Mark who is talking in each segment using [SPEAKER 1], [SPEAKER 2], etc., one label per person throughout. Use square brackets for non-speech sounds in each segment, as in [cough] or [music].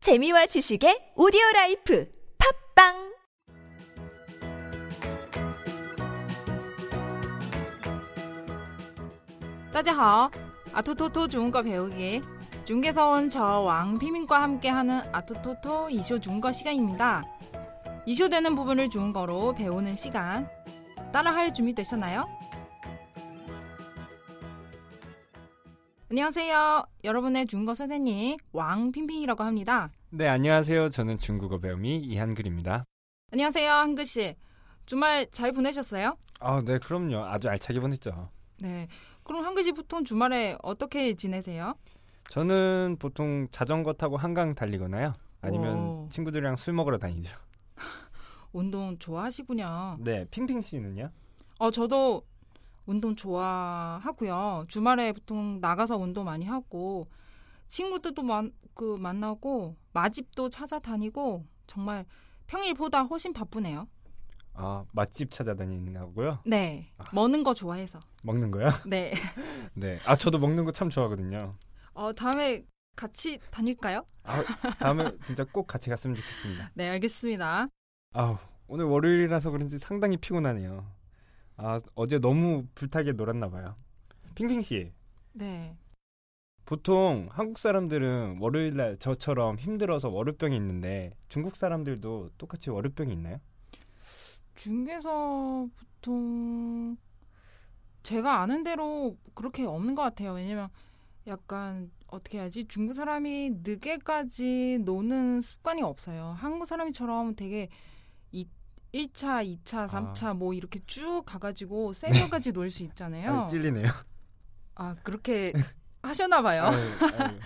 [SPEAKER 1] 재미와 지식의 오디오 라이프 팝빵
[SPEAKER 2] 따지하오 아토토토 중국어 배우기 중국에서 온 저왕 피민과 함께하는 아토토토 이쇼 중국어 시간입니다. 이쇼되는 부분을 중국어로 배우는 시간 따라할 준비 되셨나요? 안녕하세요. 여러분의 중국어 선생님 왕핑핑이라고 합니다.
[SPEAKER 3] 네, 안녕하세요. 저는 중국어 배우미 이한글입니다.
[SPEAKER 2] 안녕하세요, 한글 씨. 주말 잘 보내셨어요?
[SPEAKER 3] 아, 네, 그럼요. 아주 알차게 보냈죠.
[SPEAKER 2] 네. 그럼 한글 씨 보통 주말에 어떻게 지내세요?
[SPEAKER 3] 저는 보통 자전거 타고 한강 달리거나요. 아니면
[SPEAKER 2] 오.
[SPEAKER 3] 친구들이랑 술 먹으러 다니죠.
[SPEAKER 2] 운동 좋아하시군요.
[SPEAKER 3] [laughs] 네, 핑핑 씨는요?
[SPEAKER 2] 어, 저도 운동 좋아하고요. 주말에 보통 나가서 운동 많이 하고 친구들도 만, 그 만나고 맛집도 찾아다니고 정말 평일보다 훨씬 바쁘네요.
[SPEAKER 3] 아, 맛집 찾아다니는 거고요.
[SPEAKER 2] 네. 먹는 거 [laughs] 좋아해서.
[SPEAKER 3] 먹는 [laughs] 거요?
[SPEAKER 2] 네.
[SPEAKER 3] 네. 아, 저도 먹는 거 참 좋아하거든요.
[SPEAKER 2] 어, 다음에 같이 다닐까요?
[SPEAKER 3] 아, 다음에 진짜 꼭 같이 갔으면 좋겠습니다.
[SPEAKER 2] 네, 알겠습니다.
[SPEAKER 3] 아우, 오늘 월요일이라서 그런지 상당히 피곤하네요. 아, 어제 너무 불타게 놀았나 봐요. 핑핑 씨,
[SPEAKER 2] 네.
[SPEAKER 3] 보통 한국 사람들은 월요일 날 저처럼 힘들어서 월요병이 있는데 중국 사람들도 똑같이 월요병이 있나요?
[SPEAKER 2] 중개서 보통 제가 아는 대로 그렇게 없는 것 같아요. 왜냐면 약간 어떻게 해야지 중국 사람이 늦게까지 노는 습관이 없어요. 한국 사람처럼 되게 이 1차, 2차, 3차 뭐 이렇게 쭉 가가지고 새벽까지 놀 수 있잖아요.
[SPEAKER 3] 아유, 찔리네요.
[SPEAKER 2] 아 그렇게 하셨나 봐요.
[SPEAKER 3] 아유, 아유.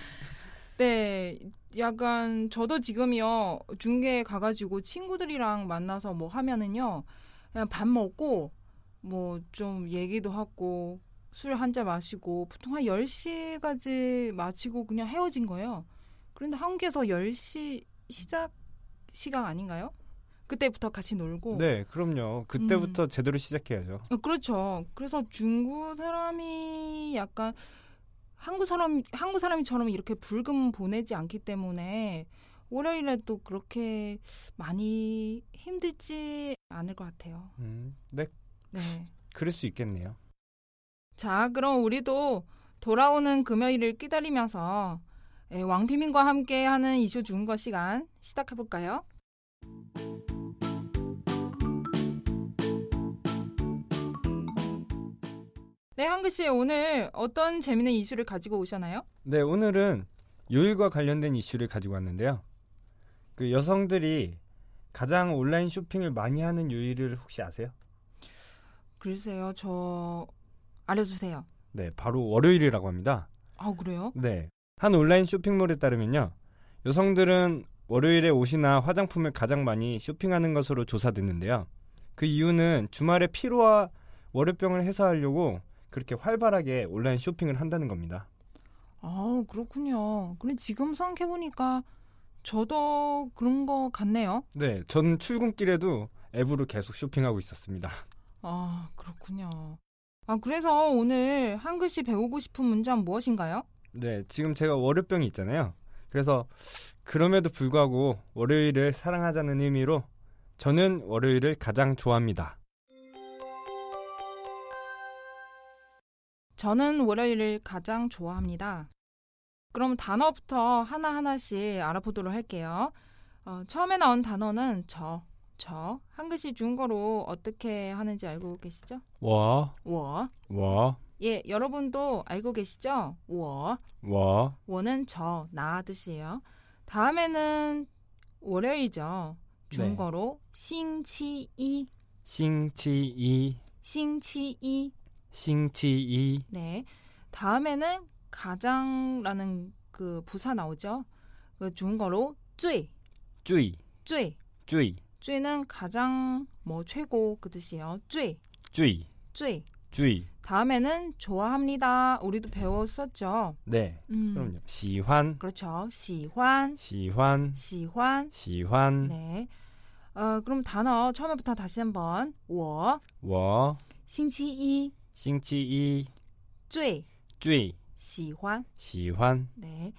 [SPEAKER 2] 네, 약간 저도 지금요 중계 가가지고 친구들이랑 만나서 뭐 하면은요 그냥 밥 먹고 뭐 좀 얘기도 하고 술 한 잔 마시고 보통 한 10시까지 마치고 그냥 헤어진 거예요. 그런데 한국에서 10시 시작 시간 아닌가요? 그때부터 같이 놀고
[SPEAKER 3] 네, 그럼요. 그때부터
[SPEAKER 2] 음.
[SPEAKER 3] 제대로 시작해야죠.
[SPEAKER 2] 어, 그렇죠. 그래서 중국 사람이 약간 한국 사람 한국 사람처럼 이렇게 불금 보내지 않기 때문에 월요일에 또 그렇게 많이 힘들지 않을 것 같아요.
[SPEAKER 3] 음, 네,
[SPEAKER 2] 네.
[SPEAKER 3] 그럴 수 있겠네요.
[SPEAKER 2] 자, 그럼 우리도 돌아오는 금요일을 기다리면서 예, 왕피민과 함께하는 이슈 중거 시간 시작해 볼까요? 네, 한글 씨 오늘 어떤 재미있는 이슈를 가지고 오셨나요?
[SPEAKER 3] 네, 오늘은 요일과 관련된 이슈를 가지고 왔는데요. 그 여성들이 가장 온라인 쇼핑을 많이 하는 요일을 혹시 아세요?
[SPEAKER 2] 글쎄요, 저 알려주세요.
[SPEAKER 3] 네, 바로 월요일이라고 합니다.
[SPEAKER 2] 아, 그래요?
[SPEAKER 3] 네. 한 온라인 쇼핑몰에 따르면요. 여성들은 월요일에 옷이나 화장품을 가장 많이 쇼핑하는 것으로 조사됐는데요. 그 이유는 주말에 피로와 월요병을 해소하려고 그렇게 활발하게 온라인 쇼핑을 한다는 겁니다.
[SPEAKER 2] 아, 그렇군요. 근데 지금 생각해 보니까 저도 그런 것 같네요.
[SPEAKER 3] 네, 저는 출근길에도 앱으로 계속 쇼핑하고 있었습니다. [laughs]
[SPEAKER 2] 아, 그렇군요. 아, 그래서 오늘 한글씨 배우고 싶은 문장 무엇인가요?
[SPEAKER 3] 네, 지금 제가 월요병이 있잖아요. 그래서 그럼에도 불구하고 월요일을 사랑하자는 의미로 저는 월요일을 가장 좋아합니다.
[SPEAKER 2] 저는 월요일을 가장 좋아합니다. 그럼 단어부터 하나하나씩 알아보도록 할게요. 어, 처음에 나온 단어는 저, 저. 한글씨 중국어로 어떻게 하는지 알고 계시죠?
[SPEAKER 3] 와,
[SPEAKER 2] 워.
[SPEAKER 3] 와,
[SPEAKER 2] 예, 여러분도 알고 계시죠? 워.
[SPEAKER 3] 와.
[SPEAKER 2] 워는 저, 나 뜻이에요. 다음에는 월요일이죠. 중국어로 싱치이.
[SPEAKER 3] 싱치이
[SPEAKER 2] 싱치이.
[SPEAKER 3] 싱치이
[SPEAKER 2] 네. 다음에는 가장라는 그 부사 나오죠. 그 중국어로 쯔이.
[SPEAKER 3] 쭈이
[SPEAKER 2] 쯔이.
[SPEAKER 3] 쭈이
[SPEAKER 2] 쯔이는 가장 뭐 최고 그 뜻이에요. 쯔이.
[SPEAKER 3] 쭈이
[SPEAKER 2] 쯔이.
[SPEAKER 3] 쭈이
[SPEAKER 2] 다음에는 좋아합니다. 우리도 배웠었죠.
[SPEAKER 3] 네
[SPEAKER 2] 음.
[SPEAKER 3] 그럼요 시환
[SPEAKER 2] 그렇죠. 시환.
[SPEAKER 3] 시환
[SPEAKER 2] 시환.
[SPEAKER 3] 시환
[SPEAKER 2] 네. 어, 그럼 단어 처음부터 다시 한번. 我
[SPEAKER 3] 워
[SPEAKER 2] 星期一
[SPEAKER 3] 싱치이
[SPEAKER 2] 最
[SPEAKER 3] 쭈이
[SPEAKER 2] 喜欢
[SPEAKER 3] 시환
[SPEAKER 2] 네.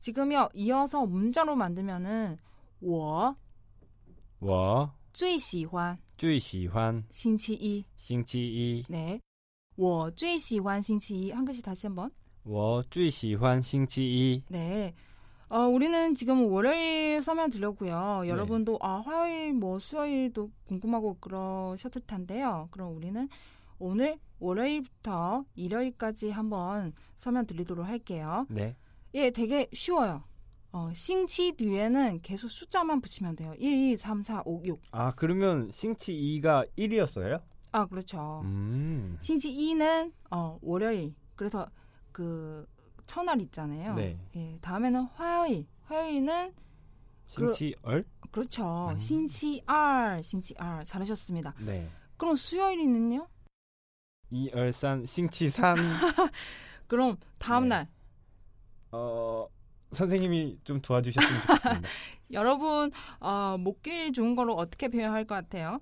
[SPEAKER 2] 지금요 이어서 문자로 만들면은 我
[SPEAKER 3] 워,
[SPEAKER 2] 最喜欢
[SPEAKER 3] 쭈이 시환,
[SPEAKER 2] 星期一
[SPEAKER 3] 싱치이,
[SPEAKER 2] 네. 我最喜欢星期一한 글씨 다시 한번.
[SPEAKER 3] 워, 쭈이 시환, 싱치이.
[SPEAKER 2] 네. 어, 우리는 지금 월요일 서면 들렸고요. 여러분도 아, 화요일 뭐 수요일도 궁금하고 그러셨을 텐데요. 그럼 우리는 오늘 월요일부터 일요일까지 한번 서면 들리도록 할게요.
[SPEAKER 3] 네.
[SPEAKER 2] 예, 되게 쉬워요. 어, 싱치 뒤에는 계속 숫자만 붙이면 돼요. 1, 2, 3, 4, 5, 6.
[SPEAKER 3] 아, 그러면 싱치이가 1이었어요?
[SPEAKER 2] 아, 그렇죠.
[SPEAKER 3] 음.
[SPEAKER 2] 싱치 2는 어, 월요일. 그래서 그 첫날 있잖아요.
[SPEAKER 3] 네.
[SPEAKER 2] 예, 다음에는 화요일. 화요일은
[SPEAKER 3] 싱치얼?
[SPEAKER 2] 그렇죠.
[SPEAKER 3] 음.
[SPEAKER 2] 신치 R, 신치 R 잘하셨습니다.
[SPEAKER 3] 네.
[SPEAKER 2] 그럼 수요일이는요?
[SPEAKER 3] 이얼산, 싱치산.
[SPEAKER 2] 그럼 다음
[SPEAKER 3] 네.
[SPEAKER 2] 날
[SPEAKER 3] 어, 선생님이 좀 도와주셨으면 좋겠습니다.
[SPEAKER 2] 여러분 어, 목요일 좋은 거로 어떻게 표현할 것 같아요?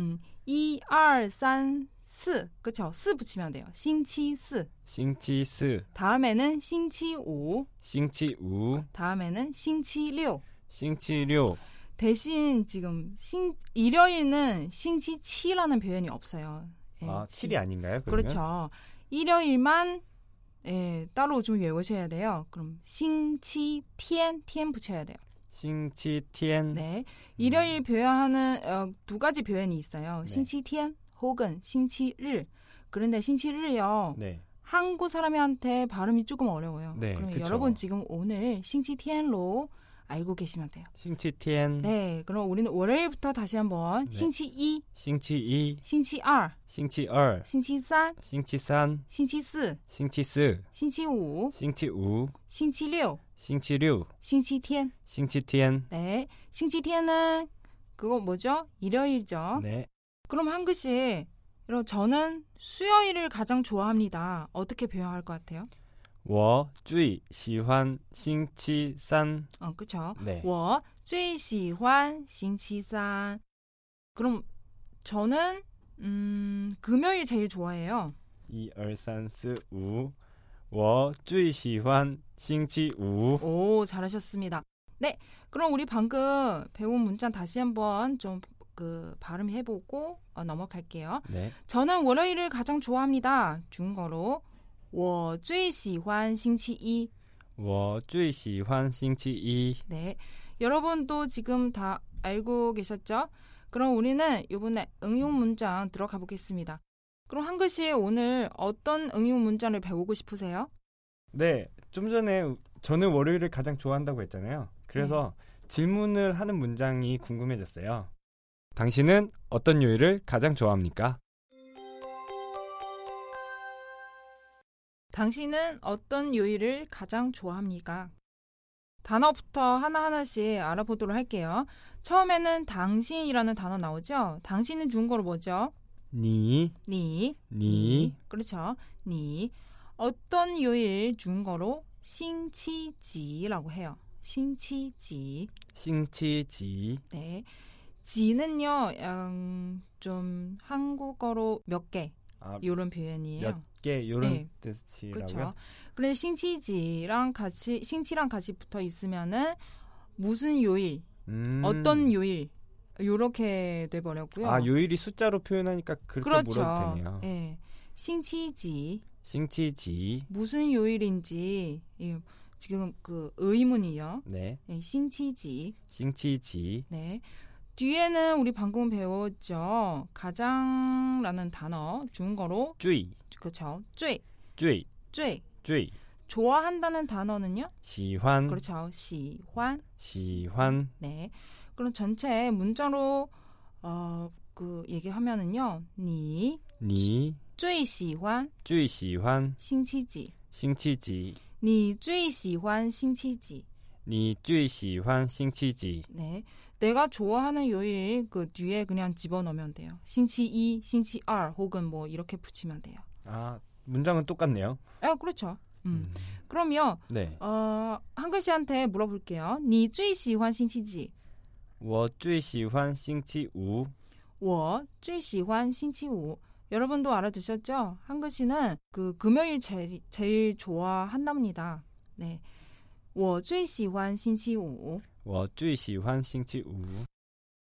[SPEAKER 2] 음, 1, 2, 3, 4, 그렇죠? 4 붙이면 돼요. 신치 4.
[SPEAKER 3] 싱치스,
[SPEAKER 2] 다음에는 신치 5.
[SPEAKER 3] 싱치우,
[SPEAKER 2] 다음에는 신치 6.
[SPEAKER 3] 싱치료.
[SPEAKER 2] 대신 지금 신, 일요일은 신치 7라는 표현이 없어요. 예,
[SPEAKER 3] 아,
[SPEAKER 2] 지-
[SPEAKER 3] 7이 아닌가요? 그러면?
[SPEAKER 2] 그렇죠. 일요일만 예, 따로 좀 외우셔야 돼요. 그럼 싱치 티엔 티엔 붙여야 돼요.
[SPEAKER 3] 싱치티엔.
[SPEAKER 2] 네. 일요일 표현하는 어, 두 가지 표현이 있어요.
[SPEAKER 3] 네.
[SPEAKER 2] 싱치 티엔 혹은 싱치 일. 그런데 싱치 일요
[SPEAKER 3] 네.
[SPEAKER 2] 한국 사람한테 발음이 조금 어려워요.
[SPEAKER 3] 네,
[SPEAKER 2] 그럼
[SPEAKER 3] 그쵸.
[SPEAKER 2] 여러분 지금 오늘 싱치 티엔로 알고 계시면 돼요.
[SPEAKER 3] 싱치티엔,
[SPEAKER 2] 네. 그럼 우리는 월요일부터 다시 한번
[SPEAKER 3] 음. 네.
[SPEAKER 2] 싱치 이,
[SPEAKER 3] 싱치이,
[SPEAKER 2] 싱치 2,
[SPEAKER 3] 싱치얼,
[SPEAKER 2] 싱치 3,
[SPEAKER 3] 싱치산,
[SPEAKER 2] 싱치 4,
[SPEAKER 3] 싱치스,
[SPEAKER 2] 싱치 5,
[SPEAKER 3] 싱치우,
[SPEAKER 2] 星期六、
[SPEAKER 3] 싱치류,
[SPEAKER 2] 星期天。
[SPEAKER 3] 싱치티엔.
[SPEAKER 2] 네, 星期天은 그거 뭐죠? 일요일이죠.
[SPEAKER 3] 네.
[SPEAKER 2] 그럼 한 글씨. 그럼 저는 수요일을 가장 좋아합니다. 어떻게 표현할 것 같아요?
[SPEAKER 3] 我最喜欢星期三.
[SPEAKER 2] 어, 그쵸?
[SPEAKER 3] 네.
[SPEAKER 2] 我最喜欢星期三. 그럼 저는 음, 금요일 제일 좋아해요.
[SPEAKER 3] 1我最喜欢星期五.
[SPEAKER 2] 오, 잘하셨습니다. 네, 그럼 우리 방금 배운 문자 다시 한번 좀 그 발음 해보고 어, 넘어갈게요.
[SPEAKER 3] 네.
[SPEAKER 2] 저는 월요일을 가장 좋아합니다. 중국어로 我最喜欢星期一.
[SPEAKER 3] 我最喜欢星期一.
[SPEAKER 2] 네. 여러분도 지금 다 알고 계셨죠? 그럼 우리는 이번에 응용 문장 들어가 보겠습니다. 그럼 한 글씨에 오늘 어떤 응용 문장을 배우고 싶으세요?
[SPEAKER 3] 네. 좀 전에 저는 월요일을 가장 좋아한다고 했잖아요. 그래서
[SPEAKER 2] 네.
[SPEAKER 3] 질문을 하는 문장이 궁금해졌어요. 당신은 어떤 요일을 가장 좋아합니까?
[SPEAKER 2] 당신은 어떤 요일을 가장 좋아합니까? 단어부터 하나하나씩 알아보도록 할게요. 처음에는 당신이라는 단어 나오죠? 당신은 중국어로 뭐죠?
[SPEAKER 3] 你,
[SPEAKER 2] 니
[SPEAKER 3] 你,
[SPEAKER 2] 그렇죠. 니 어떤 요일 중거로 신치지라고 해요. 신치지.
[SPEAKER 3] 星期几,
[SPEAKER 2] 네. 지는요, 음, 좀 한국어로 몇 개,
[SPEAKER 3] 아,
[SPEAKER 2] 요런 표현이에요.
[SPEAKER 3] 몇 개, 요런
[SPEAKER 2] 네.
[SPEAKER 3] 뜻이라고요?
[SPEAKER 2] 그렇죠. 그런데 신치지랑 같이 신치랑 같이 붙어 있으면은 무슨 요일,
[SPEAKER 3] 음.
[SPEAKER 2] 어떤 요일 요렇게 돼 버렸고요.
[SPEAKER 3] 아, 요일이 숫자로 표현하니까 그렇게 물어도
[SPEAKER 2] 그렇죠.
[SPEAKER 3] 되네요.
[SPEAKER 2] 예. 신치지
[SPEAKER 3] 星期几,
[SPEAKER 2] 무슨 요일인지 예, 지금 그 의문이요.
[SPEAKER 3] 네,
[SPEAKER 2] 예, 신치지.
[SPEAKER 3] 星期几,
[SPEAKER 2] 네. 뒤에는 우리 방금 배웠죠. 가장라는 단어 중거로
[SPEAKER 3] 最,
[SPEAKER 2] 그렇죠. 쬐,
[SPEAKER 3] 最,
[SPEAKER 2] 쬐.
[SPEAKER 3] 最,
[SPEAKER 2] 좋아한다는 단어는요.
[SPEAKER 3] 喜欢,
[SPEAKER 2] 그렇죠. 시환.
[SPEAKER 3] 喜欢,
[SPEAKER 2] 네. 그럼 전체 문자로 어, 그 얘기하면은요. 니
[SPEAKER 3] 你
[SPEAKER 2] 最喜欢
[SPEAKER 3] 最喜欢
[SPEAKER 2] 신치지.
[SPEAKER 3] 星期几?
[SPEAKER 2] 你最喜欢 신치지.
[SPEAKER 3] 你最喜欢星期几?
[SPEAKER 2] 네. 내가 좋아하는 요일 그 뒤에 그냥 집어넣으면 돼요. 신치 2, 신치 2 혹은 뭐 이렇게 붙이면 돼요.
[SPEAKER 3] 아, 문장은 똑같네요.
[SPEAKER 2] 아, 그렇죠. 음. 그럼요.
[SPEAKER 3] 네.
[SPEAKER 2] 어, 한 글씨한테 물어볼게요. 你最喜欢 신치지?
[SPEAKER 3] 我最喜欢星期五.
[SPEAKER 2] 我最喜欢 신치 5. 여러분도 알아두셨죠? 한 글씨는 그 금요일 제, 제일 좋아한답니다. 네. 我最喜欢星期五.
[SPEAKER 3] 我最喜欢星期五.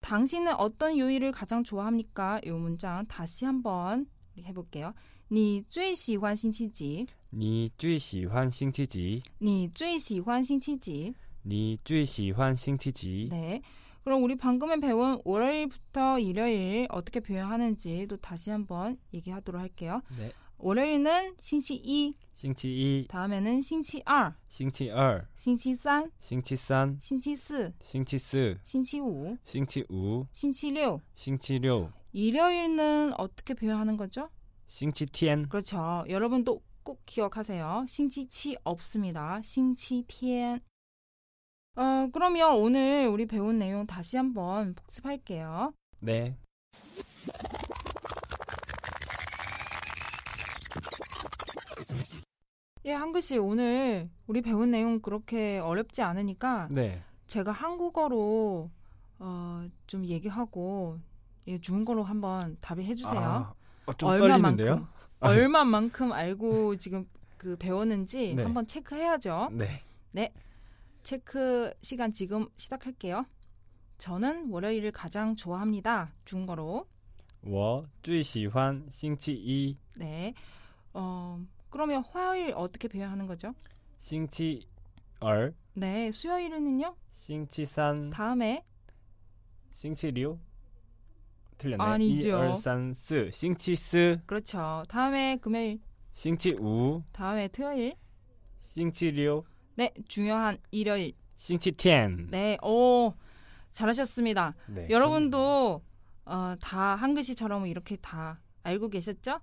[SPEAKER 2] 당신은 어떤 요일을 가장 좋아합니까? 이 문장 다시 한번 우리 해볼게요. 你最喜欢星期几?
[SPEAKER 3] 你最喜欢星期几?
[SPEAKER 2] 你最喜欢星期几?
[SPEAKER 3] 你最喜欢星期几?
[SPEAKER 2] 네. 그럼 우리 방금에 배운 월요일부터 일요일 어떻게 표현하는지 또 다시 한번 얘기하도록 할게요.
[SPEAKER 3] 네.
[SPEAKER 2] 월요일은 싱치 2,
[SPEAKER 3] 星期一,
[SPEAKER 2] 다음에는 싱치 2,
[SPEAKER 3] 星期二,
[SPEAKER 2] 싱치 3,
[SPEAKER 3] 星期三,
[SPEAKER 2] 싱치 4,
[SPEAKER 3] 星期四,
[SPEAKER 2] 싱치 5,
[SPEAKER 3] 星期五,
[SPEAKER 2] 싱치 6.
[SPEAKER 3] 星期六,
[SPEAKER 2] 일요일은 어떻게 표현하는 거죠?
[SPEAKER 3] 星期天,
[SPEAKER 2] 그렇죠. 여러분도 꼭 기억하세요. 싱치치 없습니다. 싱치티엔. 어, 그러면 오늘 우리 배운 내용 다시 한번 복습할게요.
[SPEAKER 3] 네.
[SPEAKER 2] 예, 한글씨 오늘 우리 배운 내용 그렇게 어렵지 않으니까
[SPEAKER 3] 네.
[SPEAKER 2] 제가 한국어로 어, 좀 얘기하고 예, 중국어로 한번 답을 해주세요.
[SPEAKER 3] 아, 어, 좀
[SPEAKER 2] 얼마만큼
[SPEAKER 3] 떨리는데요? 아니.
[SPEAKER 2] 얼마만큼 알고 지금 그 배웠는지
[SPEAKER 3] 네.
[SPEAKER 2] 한번 체크해야죠.
[SPEAKER 3] 네.
[SPEAKER 2] 체크 시간 지금 시작할게요. 저는 월요일을 가장 좋아합니다. 중거로.
[SPEAKER 3] 我最喜欢星期一,
[SPEAKER 2] 네. 어, 그러면 화요일 어떻게 표현하는 거죠?
[SPEAKER 3] 星期二,
[SPEAKER 2] 네. 수요일은요?
[SPEAKER 3] 星期三,
[SPEAKER 2] 다음에
[SPEAKER 3] 星期六. 틀렸네.
[SPEAKER 2] 아니죠.
[SPEAKER 3] 1, 2, 3, 4. 星期四,
[SPEAKER 2] 그렇죠. 다음에 금요일,
[SPEAKER 3] 星期五,
[SPEAKER 2] 다음에 토요일.
[SPEAKER 3] 星期六,
[SPEAKER 2] 네. 중요한 일요일.
[SPEAKER 3] 星期天.
[SPEAKER 2] 네. 오. 잘하셨습니다.
[SPEAKER 3] 네.
[SPEAKER 2] 여러분도 어, 다 한글씨처럼 이렇게 다 알고 계셨죠?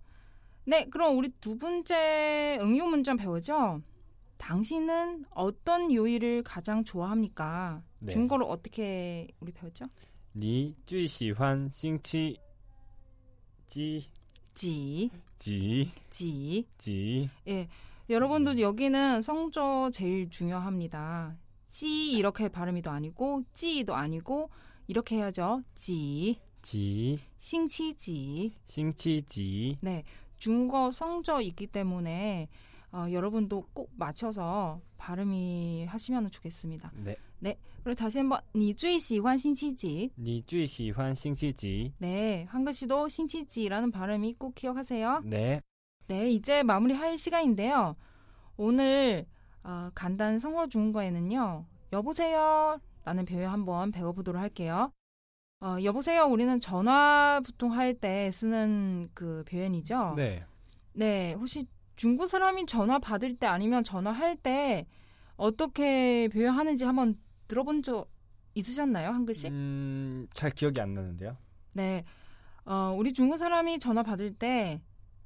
[SPEAKER 2] 네, 그럼 우리 두 번째 응용 문장 배우죠. 당신은 어떤 요일을 가장 좋아합니까?
[SPEAKER 3] 네.
[SPEAKER 2] 중국어로 어떻게 우리 배웠죠?
[SPEAKER 3] 你最喜欢星期几？
[SPEAKER 2] 지,
[SPEAKER 3] 지,
[SPEAKER 2] 지.
[SPEAKER 3] 지,
[SPEAKER 2] 예,
[SPEAKER 3] 음.
[SPEAKER 2] 여러분도 여기는 성조 제일 중요합니다. 지 이렇게 발음이도 아니고 지도 아니고 이렇게 해야죠. 지,
[SPEAKER 3] 지,
[SPEAKER 2] 싱치지.
[SPEAKER 3] 싱치지,
[SPEAKER 2] 네, 중국어 성조 있기 때문에 어, 여러분도 꼭 맞춰서 발음이 하시면 좋겠습니다.
[SPEAKER 3] 네.
[SPEAKER 2] 그리고 다시 한번 니最喜欢星期几
[SPEAKER 3] 你最喜欢星期几?
[SPEAKER 2] 네, 한글씨도 신치지라는 발음이 꼭 기억하세요.
[SPEAKER 3] 네.
[SPEAKER 2] 네, 이제 마무리할 시간인데요. 오늘 아, 간단 성어 중국어에는요. 여보세요 라는 표현 한번 배워보도록 할게요. 어, 여보세요 우리는 전화 보통 할 때 쓰는 그 표현이죠.
[SPEAKER 3] 네.
[SPEAKER 2] 네, 혹시 중국 사람이 전화 받을 때 아니면 전화할 때 어떻게 표현하는지 한번 들어본 적 있으셨나요, 한글씨?
[SPEAKER 3] 음, 잘 기억이 안 나는데요.
[SPEAKER 2] 네, 어, 우리 중국 사람이 전화 받을 때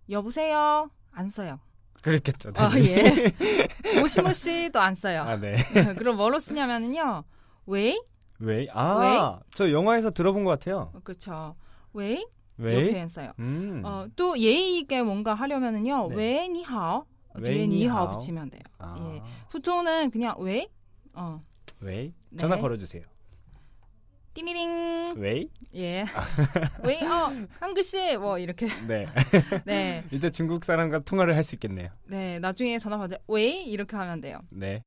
[SPEAKER 2] 여보세요 안 써요.
[SPEAKER 3] 그렇겠죠.
[SPEAKER 2] 아
[SPEAKER 3] 네.
[SPEAKER 2] 예, 모시모시도 안 써요.
[SPEAKER 3] 아, 네.
[SPEAKER 2] [laughs]
[SPEAKER 3] [laughs]
[SPEAKER 2] 그럼 뭐로 쓰냐면은요, 왜?
[SPEAKER 3] 왜? 아, 저 영화에서 들어본 것 같아요.
[SPEAKER 2] 그렇죠. 왜? 이렇게
[SPEAKER 3] 왜?
[SPEAKER 2] 안 써요.
[SPEAKER 3] 음.
[SPEAKER 2] 어, 또 예의 있게 뭔가 하려면은요,
[SPEAKER 3] 네.
[SPEAKER 2] 왜 니하오? 어, 뒤에
[SPEAKER 3] 왜
[SPEAKER 2] 니하오
[SPEAKER 3] 니하오?
[SPEAKER 2] 붙이면 돼요.
[SPEAKER 3] 아,
[SPEAKER 2] 후토는 그냥 왜? 어,
[SPEAKER 3] 왜?
[SPEAKER 2] 네.
[SPEAKER 3] 전화 걸어주세요.
[SPEAKER 2] 띠리링
[SPEAKER 3] 왜?
[SPEAKER 2] 예 왜요 어, 한글씨 뭐 이렇게
[SPEAKER 3] 네.
[SPEAKER 2] 네네
[SPEAKER 3] 이제 중국 사람과 통화를 할 수 있겠네요.
[SPEAKER 2] 나중에 전화 받을 왜 이렇게 하면 돼요
[SPEAKER 3] 네.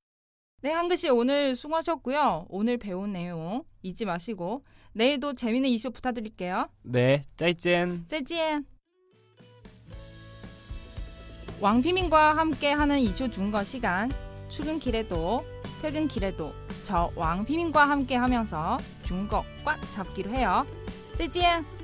[SPEAKER 2] 네 한글씨 오늘 수고하셨고요 오늘 배운 내용 잊지 마시고 내일도 재밌는 이슈 부탁드릴게요
[SPEAKER 3] 네. 짜이젠.
[SPEAKER 2] 짜지엔 왕피민과 함께하는 이슈 중거 시간 출근길에도 퇴근길에도 저 왕피민과 함께하면서 중거 꽉 잡기로 해요 짜지엔